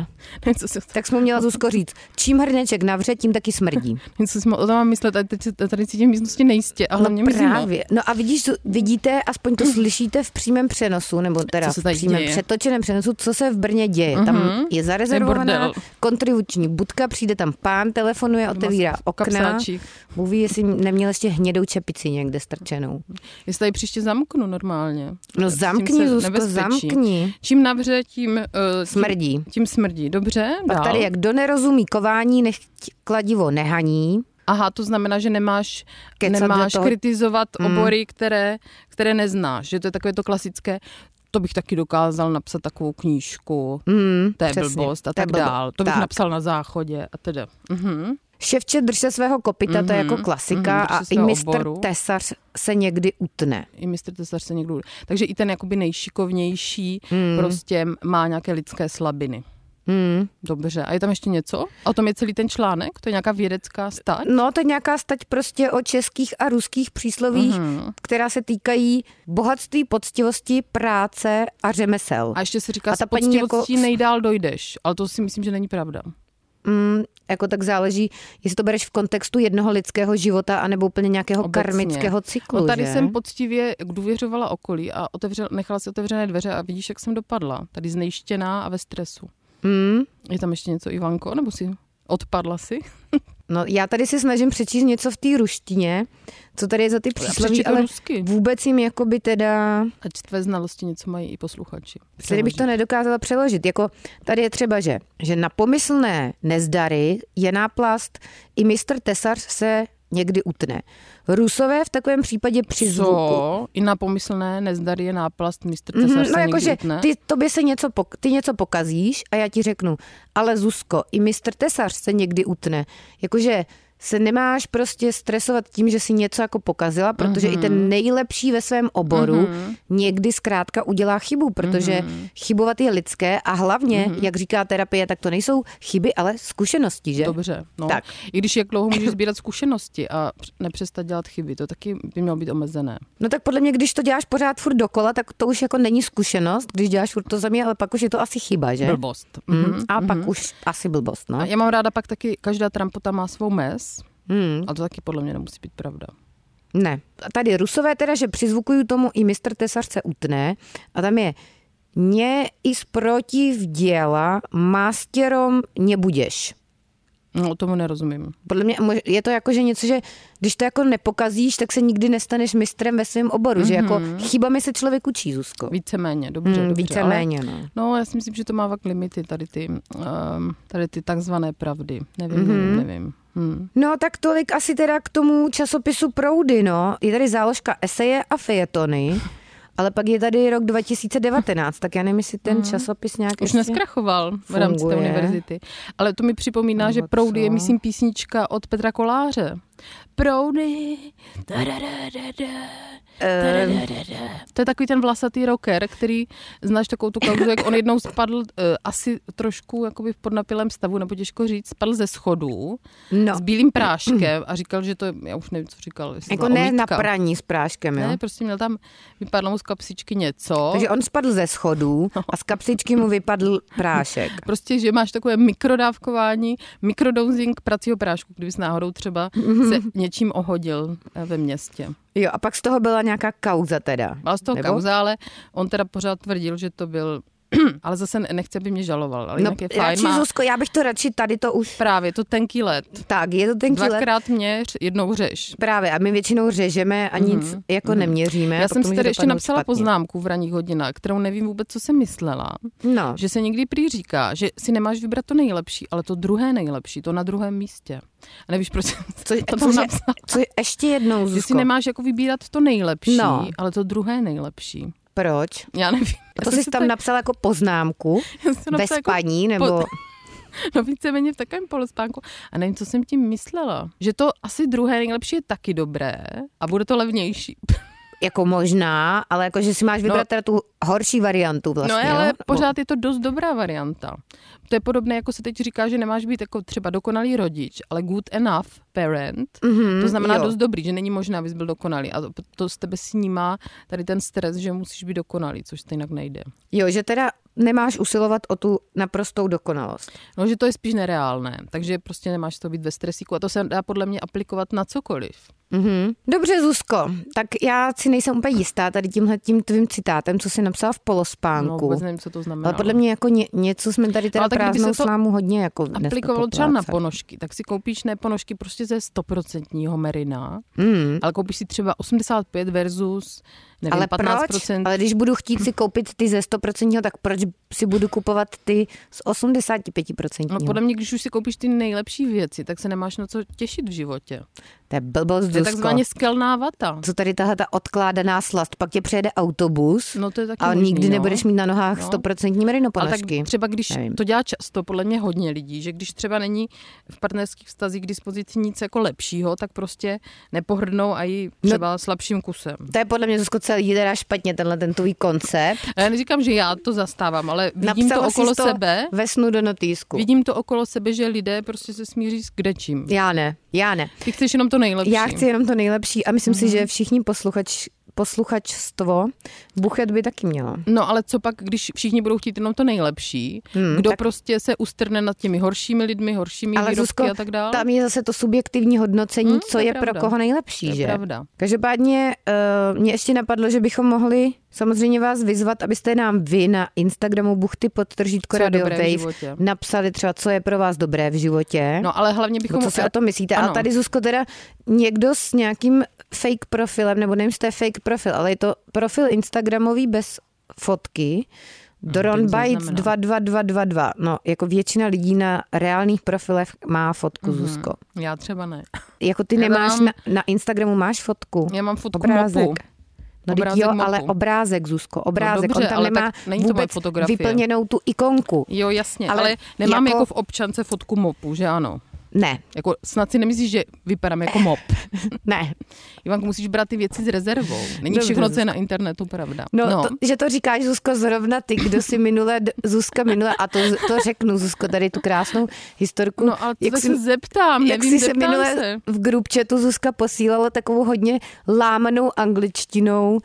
C: Nevím, co si,
A: Tak jsme mu měla Zuzko říct, čím hrneček navře, tím taky smrdí.
C: nevím, co si o tom mám myslet, a teď se tady cítím v místnosti nejistě a hlavně mi
A: no
C: zima.
A: právě. No a vidíš, to- vidíte, aspoň to slyšíte v přímém přenosu, nebo teda
C: Co se tady
A: v přímém
C: děje? Mhm.
A: přetočeném přenosu, co se v Brně děje. Mm-hmm. Tam je zarezervovaná
C: bordel.
A: kontribuční budka, přijde tam pán, telefonuje, otevírá okna,
C: kapsáčík.
A: mluví, jestli neměl ještě hnědou čepici někde strčenou.
C: Jestli tady příště zamknu normálně.
A: No
C: Cítím
A: zamkni,
C: se
A: Zuzko,
C: nebezpečí.
A: zamkni.
C: Čím navře, tím, uh,
A: Smrdí.
C: tím smrdí. Dobře,
A: Pak
C: dál.
A: tady, jak kdo nerozumí kování, nech kladivo nehaní.
C: Aha, to znamená, že nemáš,
A: Kecat do
C: nemáš
A: toho. Mm.
C: kritizovat obory, které, které neznáš. Že to je takové to klasické, to bych taky dokázal napsat takovou knížku,
A: Mm,
C: to je
A: přesně,
C: blbost a
A: to je
C: tak
A: blbost.
C: dál. To bych
A: Tak.
C: napsal na záchodě a teda. Mhm.
A: Ševče drž se svého kopita, mm-hmm, to je jako klasika
C: mhm, drž
A: mm-hmm,
C: se
A: a i
C: svého
A: mistr
C: oboru.
A: Tesař se někdy utne.
C: I mistr Tesař se někdo... Takže i ten jakoby nejšikovnější
A: Hmm.
C: prostě má nějaké lidské slabiny.
A: Mm.
C: Dobře, a je tam ještě něco? O tom je celý ten článek? To je nějaká vědecká stať?
A: No, to je nějaká stať prostě o českých a ruských příslovích,
C: Mhm.
A: mm-hmm. která se týkají bohatství, poctivosti, práce a řemesel.
C: A ještě se říká,
A: A
C: že
A: ta paní jako-
C: poctivostí jako... nejdál dojdeš, ale to si myslím, že není pravda.
A: Mm, jako tak záleží, jestli to bereš v kontextu jednoho lidského života anebo úplně nějakého
C: Obecně.
A: Obecně. karmického cyklu.
C: No tady
A: že?
C: jsem poctivě důvěřovala okolí a otevřel, nechala si otevřené dveře a vidíš, jak jsem dopadla. Tady znejštěná a ve stresu.
A: mm,
C: Je tam ještě něco, Ivanko, nebo si odpadla si?
A: no, já tady si snažím přečíst něco v té ruštině, co tady je za ty přísloví,
C: Přečti to
A: ale
C: rusky.
A: vůbec jim jakoby teda...
C: Ať tvé znalosti něco mají i posluchači.
A: Tady bych to nedokázala přeložit. Jako tady je třeba, že, že na pomyslné nezdary je náplast i mistr Tesař se někdy utne. Rusové v takovém případě při zvuku.
C: Co? I na pomyslné nezdar je náplast mistr
A: Mhm,
C: Cesar
A: No
C: se
A: jakože
C: někdy utne.
A: ty, tobě se něco, pok- ty něco pokazíš a já ti řeknu, ale Zuzko, i mistr Tesař se někdy utne. Jakože se nemáš prostě stresovat tím, že si něco jako pokazila, protože i
C: Mhm.
A: ten nejlepší ve svém oboru někdy zkrátka udělá chybu, protože
C: Mhm.
A: chybovat je lidské a hlavně, jak říká terapie, tak to nejsou chyby, ale zkušenosti, že?
C: Dobře, no.
A: Tak.
C: I když jak dlouho můžeš sbírat zkušenosti a př- nepřestat dělat chyby, to taky by mělo být omezené.
A: No tak podle mě, když to děláš pořád furt dokola, tak to už jako není zkušenost, když děláš furt to za mě, ale pak už je to asi chyba, že?
C: Blbost. Hm. Mhm.
A: Mm, a pak už asi blbost, no.
C: A já mám ráda pak taky, každá trampota má svou mez,
A: Hmm,
C: a to taky podle mě nemusí být pravda.
A: ne. A tady rusové teda, že přizvukují tomu i mistr Tesař se utne a tam je mě i zprotiv děla mastěrom nebudeš.
C: No, tomu nerozumím.
A: Podle mě mož- je to jako, že něco, že když to jako nepokazíš, tak se nikdy nestaneš mistrem ve svém oboru, mm-hmm. že jako chybami se člověk učí, Zuzko.
C: Víceméně, dobře.
A: Mm,
C: Mhm. dobře
A: víceméně,
C: ale...
A: no.
C: No, já si myslím, že to má fakt limity, tady ty, um, tady ty takzvané pravdy. Nevím,
A: Mhm.
C: mm-hmm. nevím, nevím. Hmm.
A: No tak tolik asi teda k tomu časopisu Proudy, no. Je tady záložka eseje a fejetony, ale pak je tady rok 2019, tak já nevím, jestli ten časopis nějak
C: Mhm. Už
A: ještě-
C: neskrachoval v rámci té
A: Prostě Funguje.
C: univerzity. Ale to mi připomíná, že
A: Nebo
C: Proudy je,
A: co?
C: myslím, písnička od Petra Koláře. Proudy. da-da-da-da-da,
A: Ehm.
C: da-da-da-da-da. To je takový ten vlasatý rocker, který znáš takovou tu kauzu, jak on jednou spadl eh, asi trošku jakoby v podnapilém stavu, nebo těžko říct, spadl ze schodů
A: No.
C: s bílým práškem a říkal, že to je, já už nevím, co říkal. jestli
A: Jako
C: byla
A: ne na
C: omítka.
A: praní s práškem, jo?
C: Ne, prostě měl tam, vypadlo mu z kapsičky něco.
A: Takže on spadl ze schodů a z kapsičky mu vypadl prášek.
C: Prostě, že máš takové mikrodávkování, mikrodosing pracího prášku, kdybys náhodou třeba
A: Mhm.
C: se něčím ohodil eh, ve městě.
A: Jo, a pak z toho byla nějaká kauza teda.
C: Byla z toho
A: Nebo?
C: kauza, ale on teda pořád tvrdil, že to byl, ale zase ne- nechce, aby mě žaloval, ale
A: No,
C: jinak je fajn.
A: radši,
C: Má
A: Zuzko, já bych to radši tady to už...
C: právě to tenký let.
A: Tak, je to ten let.
C: Dvakrát měř, jednou řeš.
A: Právě, a my většinou řežeme a nic mm-hmm. jako mm-hmm. neměříme.
C: Mhm. Já
A: pak
C: jsem
A: to
C: si
A: může
C: tady ještě
A: dopadnout
C: napsala
A: špatně.
C: poznámku v ranních hodinách, kterou nevím vůbec, co jsem myslela.
A: No,
C: Že se někdy prý říká, že si nemáš vybrat to nejlepší, ale to druhé nejlepší, to na druhém místě. A nevíš, proč jsem
A: co,
C: to tam
A: cože,
C: napsala.
A: co ještě jednou,
C: Že si
A: Zuzko,
C: nemáš jako vybírat to nejlepší, no.
A: No.
C: ale to druhé nejlepší.
A: proč?
C: Já nevím.
A: A
C: Já
A: to
C: jsem
A: jsi
C: si
A: tam
C: tak-
A: napsala jako poznámku
C: já jsem to
A: ve
C: napsala jako
A: spaní,
C: po-
A: nebo...
C: No víceméně v takovém polospánku. A nevím, co jsem tím myslela. Že to asi druhé nejlepší je taky dobré a bude to levnější.
A: Jako možná, ale jako, že si máš vybrat
C: No.
A: no, teda tu horší variantu vlastně.
C: no ale
A: jo?
C: pořád je to dost dobrá varianta. To je podobné, jako se teď říká, že nemáš být jako třeba dokonalý rodič, ale good enough parent. Mm-hmm, to znamená
A: Mm, jo.
C: dost dobrý, že není možné, abys byl dokonalý. A to, to z tebe snímá tady ten stres, že musíš být dokonalý, což stejně nejde.
A: Jo, že teda nemáš usilovat o tu naprostou dokonalost.
C: No, že to je spíš nereálné, takže prostě nemáš to být ve stresíku a to se dá podle mě aplikovat na cokoliv.
A: Mhm. Dobře, Zuzko, tak já si nejsem úplně jistá tady tímhle tím tvým citátem, co jsi napsala v
C: No,
A: polospánku.
C: vůbec nevím, co to znamená.
A: ale podle mě jako ně, něco jsme tady teda
C: Ale tak kdyby
A: prázdnou
C: se to
A: slámu hodně jako dneska
C: Aplikovalo třeba na
A: poplácat.
C: ponožky, tak si koupíš ne ponožky prostě ze 100% merina,
A: Mm.
C: ale koupíš si třeba 85 versus nevím,
A: Ale
C: 15%.
A: proč? Ale když budu chtít si koupit ty ze 100%, tak proč si budu kupovat ty z 85%?
C: No podle mě, když už si koupíš ty nejlepší věci, tak se nemáš na co těšit v životě.
A: To je blbost,
C: To je
A: Zuzko.
C: takzvaně skelná vata.
A: Co tady tahle ta odkládaná slast, pak tě přejede autobus
C: No to je taky
A: a
C: možný,
A: nikdy
C: no.
A: nebudeš mít na nohách
C: No.
A: 100% merino
C: Ale tak
A: ponožky.
C: třeba když
A: Nevím.
C: Nevím. to dělá často, podle mě hodně lidí, že když třeba není v partnerských vztazích k dispozici nic jako lepšího, tak prostě nepohrdnou a i třeba no. slabším kusem.
A: To je podle mě Zuzko celý teda špatně, tenhle ten tvůj koncept.
C: A já neříkám, že já to zastávám, ale vidím
A: Napsala
C: to
A: jsi
C: okolo
A: to
C: sebe.
A: ve snu do notýsku.
C: Vidím to okolo sebe, že lidé prostě se smíří s kdečím.
A: Já ne, já ne.
C: Ty chceš jenom to nejlepší.
A: Já chci jenom to nejlepší a myslím
C: Mhm.
A: si, že všichni posluchač, posluchačstvo buchet by taky mělo.
C: No ale co pak, když všichni budou chtít jenom to nejlepší, hmm, kdo tak... prostě se ustrne nad těmi horšími lidmi, horšími
A: Ale
C: výrobky
A: Zuzko,
C: a tak dále?
A: tam je zase to subjektivní hodnocení,
C: Hmm,
A: co
C: to je
A: je pro
C: pravda.
A: koho nejlepší,
C: To je
A: že?
C: pravda.
A: Každopádně uh, mě ještě napadlo, že bychom mohli samozřejmě vás vyzvat, abyste nám vy na Instagramu buchty pod tržítko
C: Co je
A: Radio
C: dobré v
A: Wave
C: životě.
A: napsali třeba, co je pro vás dobré v životě.
C: No ale hlavně
A: No,
C: bychom...
A: co si o tom myslíte? A
C: Ano.
A: tady, Zuzko, teda někdo s nějakým fake profilem, nebo nevím, jestli to je fake profil, ale je to profil Instagramový bez fotky, Doron
C: to nic
A: Bites
C: No, neznamená.
A: 22222. No, jako většina lidí na reálných profilech má fotku, Zuzko.
C: Já třeba ne.
A: Jako ty
C: Mhm. Já
A: nemáš
C: mám-
A: na, na Instagramu, máš fotku?
C: Já mám fotku
A: obrázek.
C: mopu.
A: No teď
C: Obrázek
A: jo, ale
C: mopu.
A: obrázek, Zuzko, obrázek.
C: dobře,
A: On tam
C: ale
A: nemá
C: tak není to moje
A: vůbec
C: fotografie.
A: vyplněnou tu ikonku.
C: Jo, jasně,
A: Ale
C: ale, ale nemám
A: jako-
C: jako... jako v občance fotku mopu, že ano?
A: Ne,
C: Jako snad si nemyslíš, že vypadám jako mop.
A: ne.
C: Ivanko, musíš brát ty věci s rezervou. Není
A: Dobře,
C: všechno, co je na internetu, pravda.
A: No, no. To, že to říkáš, Zuzko, zrovna ty, kdo si minule, d- Zuzka minule, a to, to řeknu, Zuzko, tady tu krásnou historku.
C: no ale to
A: jak
C: tak
A: jsi-
C: se zeptám,
A: jak
C: nevím,
A: jsi se
C: zeptám
A: minule No.
C: se.
A: v group chatu Zuzka posílala takovou hodně lámanou angličtinou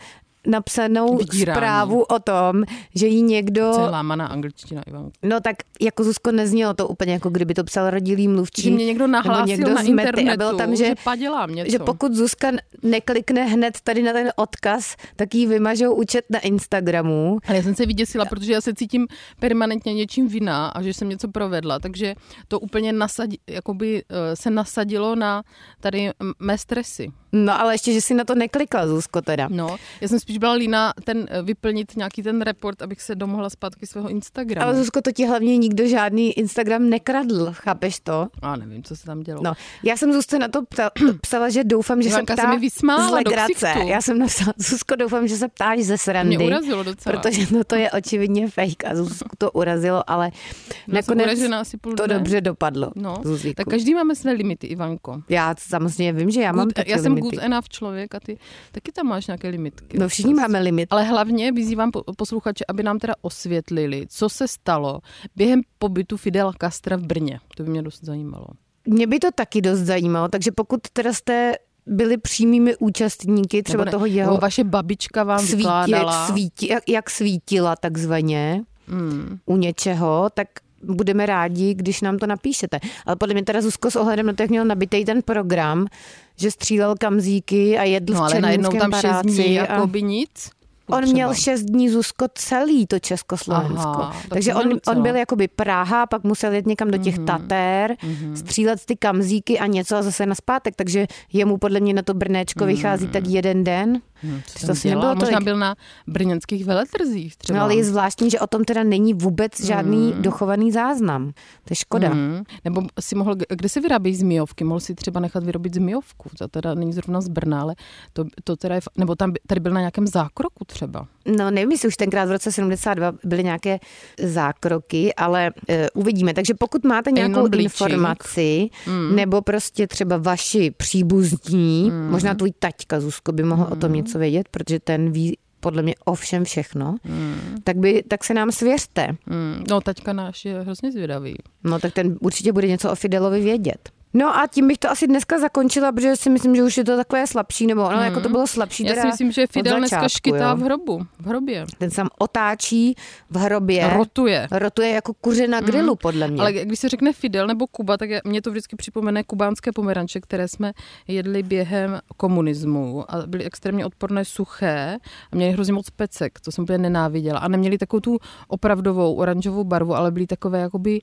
A: napsanou
C: Vydírání.
A: zprávu o tom, že jí někdo...
C: Co je lámaná angličtina, Ivanko?
A: No tak jako Zuzko neznělo to úplně, jako kdyby to psal rodilý mluvčí.
C: Že mě někdo
A: nebo
C: nahlásil na
A: z Mety
C: internetu,
A: a bylo tam, že,
C: že padělám něco.
A: Že pokud Zuzka neklikne hned tady na ten odkaz, tak jí vymažou účet na Instagramu.
C: Ale já jsem se vyděsila, protože já se cítím permanentně něčím vina a že jsem něco provedla, takže to úplně nasadi, jakoby, eh, se nasadilo na tady mm, mé stresy.
A: No ale ještě, že si na to neklikla Zuzko teda.
C: No, já jsem spíš byla lína ten, eh, vyplnit nějaký ten report, abych se domohla zpátky svého Instagramu.
A: Ale Zuzko, to ti hlavně nikdo žádný Instagram nekradl, chápeš to?
C: A nevím, co se tam dělo.
A: No, já jsem Zuzce na to pta, psala, že doufám, že
C: Ivanka
A: se
C: se
A: ptá
C: mi vysmála
A: z
C: do
A: legrace.
C: ksichtu.
A: Já jsem napsala, Zuzko, doufám, že se ptáš ze srandy.
C: Mě urazilo docela.
A: Protože no, to je očividně fake a Zuzku to urazilo, ale
C: jsem
A: nakonec
C: uražená asi půl
A: to
C: dne.
A: dobře dopadlo.
C: No,
A: Zuzíku.
C: tak každý máme své limity, Ivanko.
A: Já samozřejmě vím, že jako- já mám
C: Good-
A: taky
C: já jsem
A: limity.
C: good enough člověk a ty taky tam máš nějaké limitky.
A: No všichni máme limit.
C: Ale hlavně vyzývám po- posluchače, aby nám teda osvětlili, co se stalo během pobytu Fidela Castra v Brně. To by mě dost zajímalo.
A: Mě by to taky dost zajímalo, takže pokud teda jste byli přímými účastníky třeba
C: Nebo ne-
A: toho jeho
C: nebo vaše babička vám
A: svítí,
C: vykládala.
A: jak, svítí, jak, jak svítila takzvaně
C: Hmm.
A: mm. u něčeho, tak budeme rádi, když nám to napíšete. Ale podle mě teda Zuzko s ohledem na to, jak měl nabitej ten program, že střílel kamzíky a jedl
C: No
A: v
C: ale najednou
A: Černínském
C: tam šest dní,
A: paláci. a-
C: jako by nic.
A: On
C: Potřeba.
A: měl šest dní Zuzko celý to Československo.
C: Aha, tak
A: Takže
C: to Mhm, měl
A: on,
C: docela.
A: on byl jakoby Praha, pak musel jet někam do těch mm-hmm. Tater,
C: mhm.
A: mm-hmm. střílet ty kamzíky a něco a zase naspátek. Takže jemu podle mě na to Brnéčko vychází tak jeden den. Mm,
C: Hmm. No, Hm, Co to nebylo Možná byl na brněnských veletrzích třeba.
A: No ale je zvláštní, že o tom teda není vůbec žádný dochovaný záznam. To je škoda.
C: Mm. Nebo si mohl, kde se vyrábějí zmijovky? Mohl si třeba nechat vyrobit zmijovku. To teda není zrovna z Brna, ale to, to teda je, f- nebo tam by- tady byl na nějakém zákroku třeba.
A: No nevím, jestli už tenkrát v roce 72 byly nějaké zákroky, ale e, uvidíme. Takže pokud máte nějakou
C: Jenom blíček.
A: informaci, mm. nebo prostě třeba vaši příbuzní, mm. možná tvůj taťka Zuzko by mohl mm. o tom něco vědět, protože ten ví podle mě o všem všechno, mm. tak, by, tak se nám svěřte.
C: Mm. No, taťka náš je hrozně zvědavý.
A: No tak ten určitě bude něco o Fidelovi vědět. No a tím bych to asi dneska zakončila, protože si myslím, že už je to takové slabší, nebo ono jako to bylo slabší
C: Hmm. Já
A: teda
C: si myslím, že
A: od
C: Fidel dneska
A: začátku,
C: škytá
A: jo.
C: v hrobu, v hrobě. No,
A: Ten sám otáčí v hrobě.
C: Rotuje. Hmm.
A: Rotuje jako kuře na grilu, podle mě.
C: Ale když se řekne Fidel nebo Kuba, tak je- mě to vždycky připomene kubánské pomeranče, které jsme jedli během komunismu a byly extrémně odporné, suché a měly hrozně moc pecek, to jsem úplně nenáviděla. A neměly takovou tu opravdovou oranžovou barvu, ale byly takové jakoby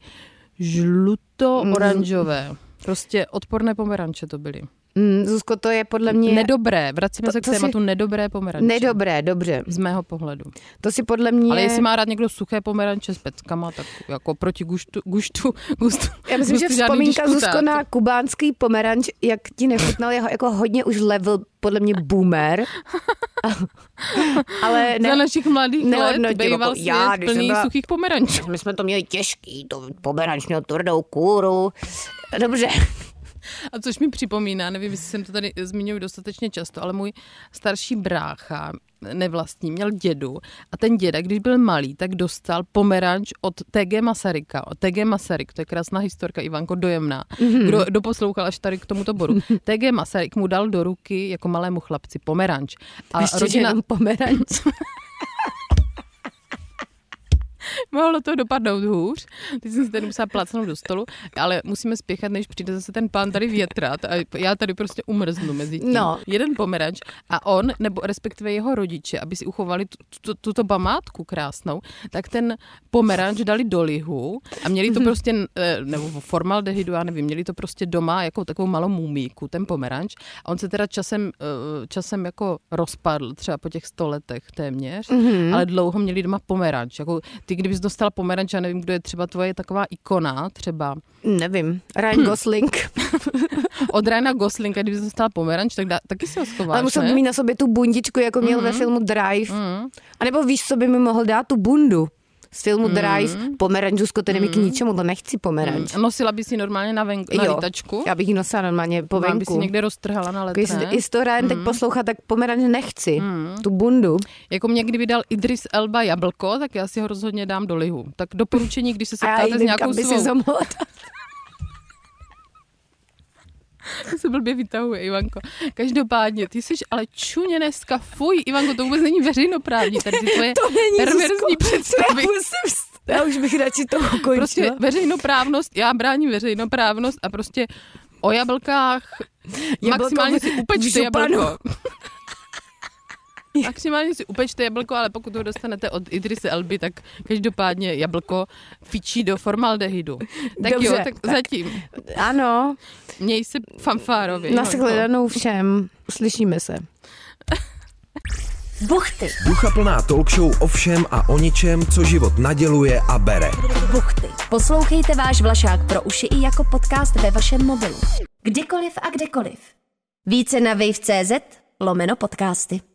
C: žluto-oranžové. Prostě odporné pomeranče to byly.
A: Mm, Zuzko, to je podle mě...
C: Nedobré, vracíme
A: To-
C: se k
A: to si-
C: tématu nedobré pomeranče.
A: Nedobré, dobře.
C: Z mého pohledu.
A: To si podle mě...
C: Ale jestli má rád někdo suché pomeranče s peckama, tak jako proti guštu, guštu, gustu,
A: Já myslím, že
C: gustu žádný
A: vzpomínka
C: disputát.
A: Zuzko na kubánský pomeranč, jak ti nechutnal, je ho- jako hodně už level, podle mě boomer. Ale
C: Za
A: ne,
C: našich mladých let
A: nehodnotil,
C: býval
A: jako
C: svět
A: já, když jsem
C: plný
A: byla-
C: suchých pomerančů.
A: my jsme to měli těžký, to pomeranč měl tvrdou kůru. Dobře.
C: A což mi připomíná, nevím, jestli jsem to tady zmiňuji dostatečně často, ale můj starší brácha nevlastní, měl dědu a ten děda, když byl malý, tak dostal pomeranč od TG Masaryka. Od TG Masaryk, to je krásná historka, Ivanko, dojemná.
A: Mhm.
C: Kdo doposlouchal až tady k tomuto bodu. TG Masaryk mu dal do ruky jako malému chlapci pomeranč. A
A: Ještě, rodina... jenom pomeranč.
C: Mohlo to dopadnout hůř. Teď jsem se tady musela placnout do stolu, ale musíme spěchat, než přijde zase ten pán tady větrat a já tady prostě umrznu mezi tím.
A: No.
C: Jeden pomeranč a on, nebo respektive jeho rodiče, aby si uchovali tu, tu, tuto památku krásnou, tak ten pomeranč dali do lihu a měli
A: Mhm.
C: to prostě, eh, nebo v formaldehydu, já nevím, měli to prostě doma jako takovou malou mumíku, ten pomeranč. A on se teda časem, eh, časem jako rozpadl, třeba po těch sto letech téměř,
A: Mhm.
C: mm-hmm. ale dlouho měli doma pomeranč. Jako ty, kdybys dostala pomeranč, já nevím, kdo je třeba tvoje taková ikona, třeba
A: Nevím, Ryan Gosling.
C: od Ryana Goslinga, kdybys dostala pomeranč, tak dá, taky si ho schováš,
A: Ale musel
C: ne?
A: by mít na sobě tu bundičku, jako měl ve filmu Drive. A nebo víš, co by mi mohl dát tu bundu z filmu Drive. Pomeranč, Zuzko, to není k ničemu, to nechci pomeranč.
C: Nosila by si normálně na, venku, na
A: Hmm. Jo,
C: lítačku?
A: Já bych ji nosila normálně po
C: Vám by si
A: venku.
C: někde roztrhala na
A: Jako jestli,
C: letné.
A: jestli to rájem tak poslouchat, tak pomeranč nechci. Tu bundu.
C: Jako mě kdyby dal Idris Elba jablko, tak já si ho rozhodně dám do lihu. Tak doporučení, když se
A: A já
C: setkáte s
A: jdu,
C: nějakou
A: kam by si
C: svou...
A: zamlala.
C: se blbě vytahuje, Ivanko. Každopádně, ty jsi ale čuně dneska, fuj, Ivanko, to vůbec není veřejnoprávní, tady ty tvoje
A: To není,
C: perverzní
A: Zuzko.
C: představy.
A: Já, musím, vst- já už bych radši to ukončila.
C: Prostě veřejnoprávnost, já bráním veřejnoprávnost a prostě o jablkách
A: Jablko
C: maximálně
A: v-
C: si
A: v
C: upečte
A: županu.
C: jablko. Maximálně si upečte jablko, ale pokud ho dostanete od Idrisy Elby, tak každopádně jablko fičí do formaldehydu. Tak
A: Dobře,
C: jo, tak,
A: tak.
C: zatím.
A: Ano,
C: Měj se fanfárově.
A: no.
C: Ivanko.
A: nashledanou všem. Slyšíme se.
D: Buchty,
B: Duchaplná talk show o všem a o ničem, co život naděluje a bere.
D: buchty. Poslouchejte váš Vlašák pro uši i jako podcast ve vašem mobilu. Kdykoliv a kdekoliv. Více na wave.cz lomeno podcasty.